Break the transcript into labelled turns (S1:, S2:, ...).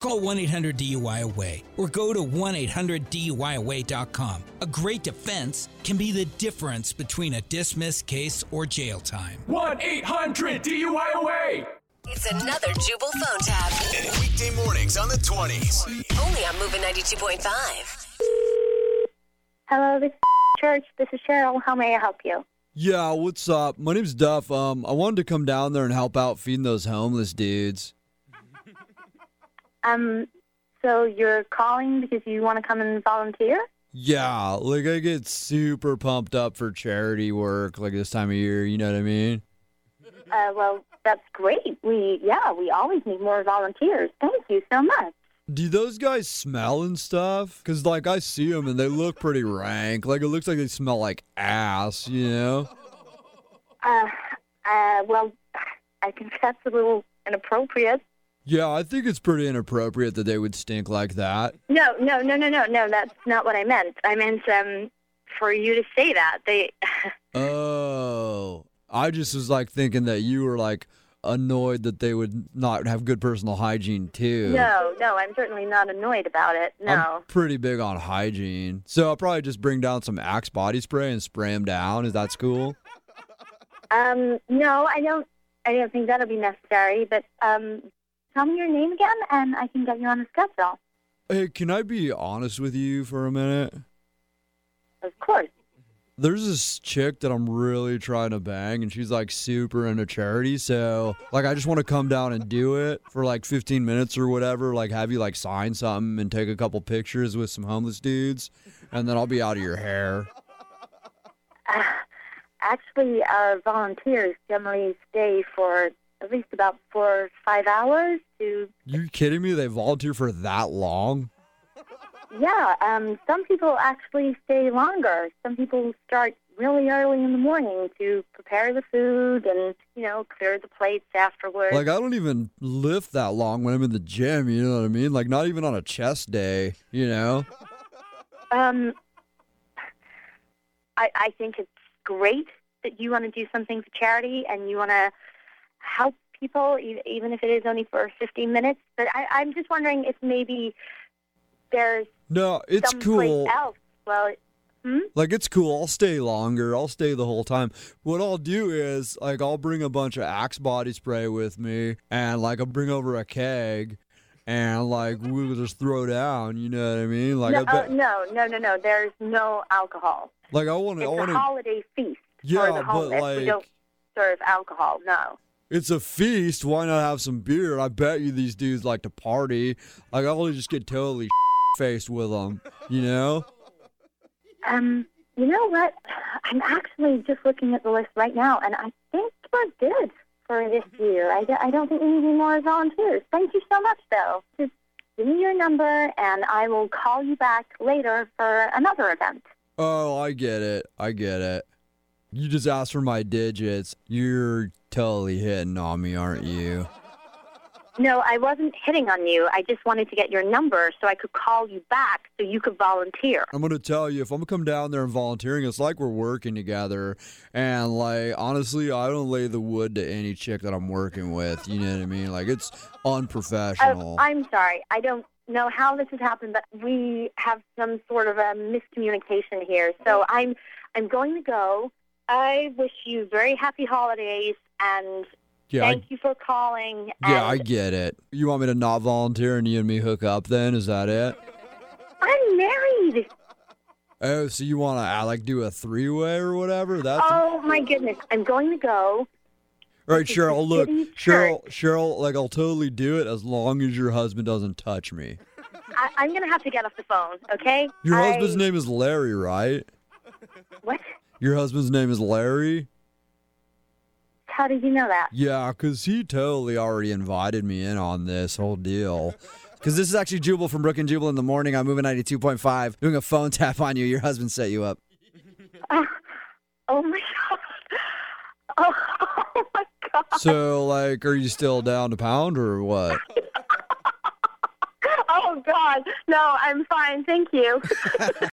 S1: Call 1 800 DUI Away or go to 1 800 DUIAway.com. A great defense can be the difference between a dismissed case or jail time.
S2: 1 800 DUIOA!
S3: It's another Jubal phone tab.
S4: And weekday mornings on the 20s.
S3: Only on Moving 92.5.
S5: Hello, this is church. This is Cheryl. How may I help you?
S6: Yeah, what's up? My name's Duff. Um, I wanted to come down there and help out feeding those homeless dudes.
S5: Um, so you're calling because you want to come and volunteer?
S6: Yeah, like I get super pumped up for charity work, like this time of year. You know what I mean?
S5: Uh, well, that's great. We yeah, we always need more volunteers. Thank you so much.
S6: Do those guys smell and stuff? Cause like I see them and they look pretty rank. Like it looks like they smell like ass. You know?
S5: Uh, uh, well, I think that's a little inappropriate.
S6: Yeah, I think it's pretty inappropriate that they would stink like that.
S5: No, no, no, no, no, no. That's not what I meant. I meant um, for you to say that they.
S6: Oh, I just was like thinking that you were like annoyed that they would not have good personal hygiene too.
S5: No, no, I'm certainly not annoyed about it.
S6: I'm
S5: No.
S6: pretty big on hygiene, so I'll probably just bring down some Axe body spray and spray them down. Is that cool?
S5: Um, no, I don't. I don't think that'll be necessary. But um, tell me your name again, and I can get you on the schedule.
S6: Hey, can I be honest with you for a minute?
S5: Of course.
S6: There's this chick that I'm really trying to bang, and she's like super into charity. So, like, I just want to come down and do it for like 15 minutes or whatever. Like, have you like sign something and take a couple pictures with some homeless dudes, and then I'll be out of your hair.
S5: Actually, our volunteers generally stay for at least about four or five hours to,
S6: You kidding me? They volunteer for that long?
S5: yeah, um, some people actually stay longer. Some people start really early in the morning to prepare the food and, you know, clear the plates afterwards.
S6: Like I don't even lift that long when I'm in the gym, you know what I mean? Like not even on a chest day, you know?
S5: um, I, I think it's great that you want to do something for charity and you want to help people, e- even if it is only for 15 minutes. But I, I'm just wondering if maybe there's
S6: No, it's
S5: someplace
S6: cool.
S5: else. Well,
S6: Like it's cool. I'll stay longer. I'll stay the whole time. What I'll do is like I'll bring a bunch of Axe body spray with me and like I'll bring over a keg and like we'll just throw down, you know what I mean? Like
S5: no,
S6: I
S5: oh,
S6: bet,
S5: no, no, no, no. There's no alcohol.
S6: like I want to I
S5: It's
S6: want
S5: a
S6: to
S5: holiday feast
S6: Yeah,
S5: for the
S6: but,
S5: homeless.
S6: like-
S5: we don't serve alcohol. No.
S6: It's a feast. Why not have some beer? I bet you these dudes like to party. Like I'll just get totally faced with them, you know?
S5: Um, you know what? I'm actually just looking at the list right now, and I think we're good for this year. I, I don't think we need any more volunteers. Thank you so much, though. Just give me your number, and I will call you back later for another event.
S6: Oh, I get it. I get it. You just asked for my digits. You're totally hitting on me, aren't you?
S5: No, I wasn't hitting on you. I just wanted to get your number so I could call you back so you could volunteer.
S6: I'm gonna tell you, if I'm gonna come down there and volunteering, it's like we're working together. And like honestly, I don't lay the wood to any chick that I'm working with. You know what I mean? Like it's
S5: Oh,
S6: unprofessional.
S5: I'm sorry. Oh, I don't know how this has happened, but we have some sort of a miscommunication here.
S6: Mm.
S5: So I'm I'm going to go. I wish you very happy holidays and
S6: yeah, I
S5: thank you for calling.
S6: Yeah, I
S5: and
S6: get it. You want me to not volunteer and you and me hook up then? Is that it?
S5: I'm married.
S6: Oh, so you want to like do a three way or whatever? That's
S5: Oh my goodness. I'm going to go.
S6: all right,
S5: is
S6: Cheryl.
S5: the
S6: Look,
S5: city's
S6: Cheryl, Cheryl, like I'll totally do it as long as your husband doesn't touch me.
S5: I, I'm going to have to get off the phone, okay?
S6: Your
S5: I-
S6: husband's name is Larry, right?
S5: What?
S6: Your husband's name is Larry?
S5: How did you know that?
S6: Yeah, 'cause he totally already invited me in on this whole deal. 'Cause this is actually Jubal from Brook and Jubal in the morning. I'm moving 92.5, doing a phone tap on you. Your husband set you up.
S5: Oh my god. Oh, oh my god.
S6: So, like, are you still down to pound or what?
S5: Oh god. No, I'm fine. Thank you.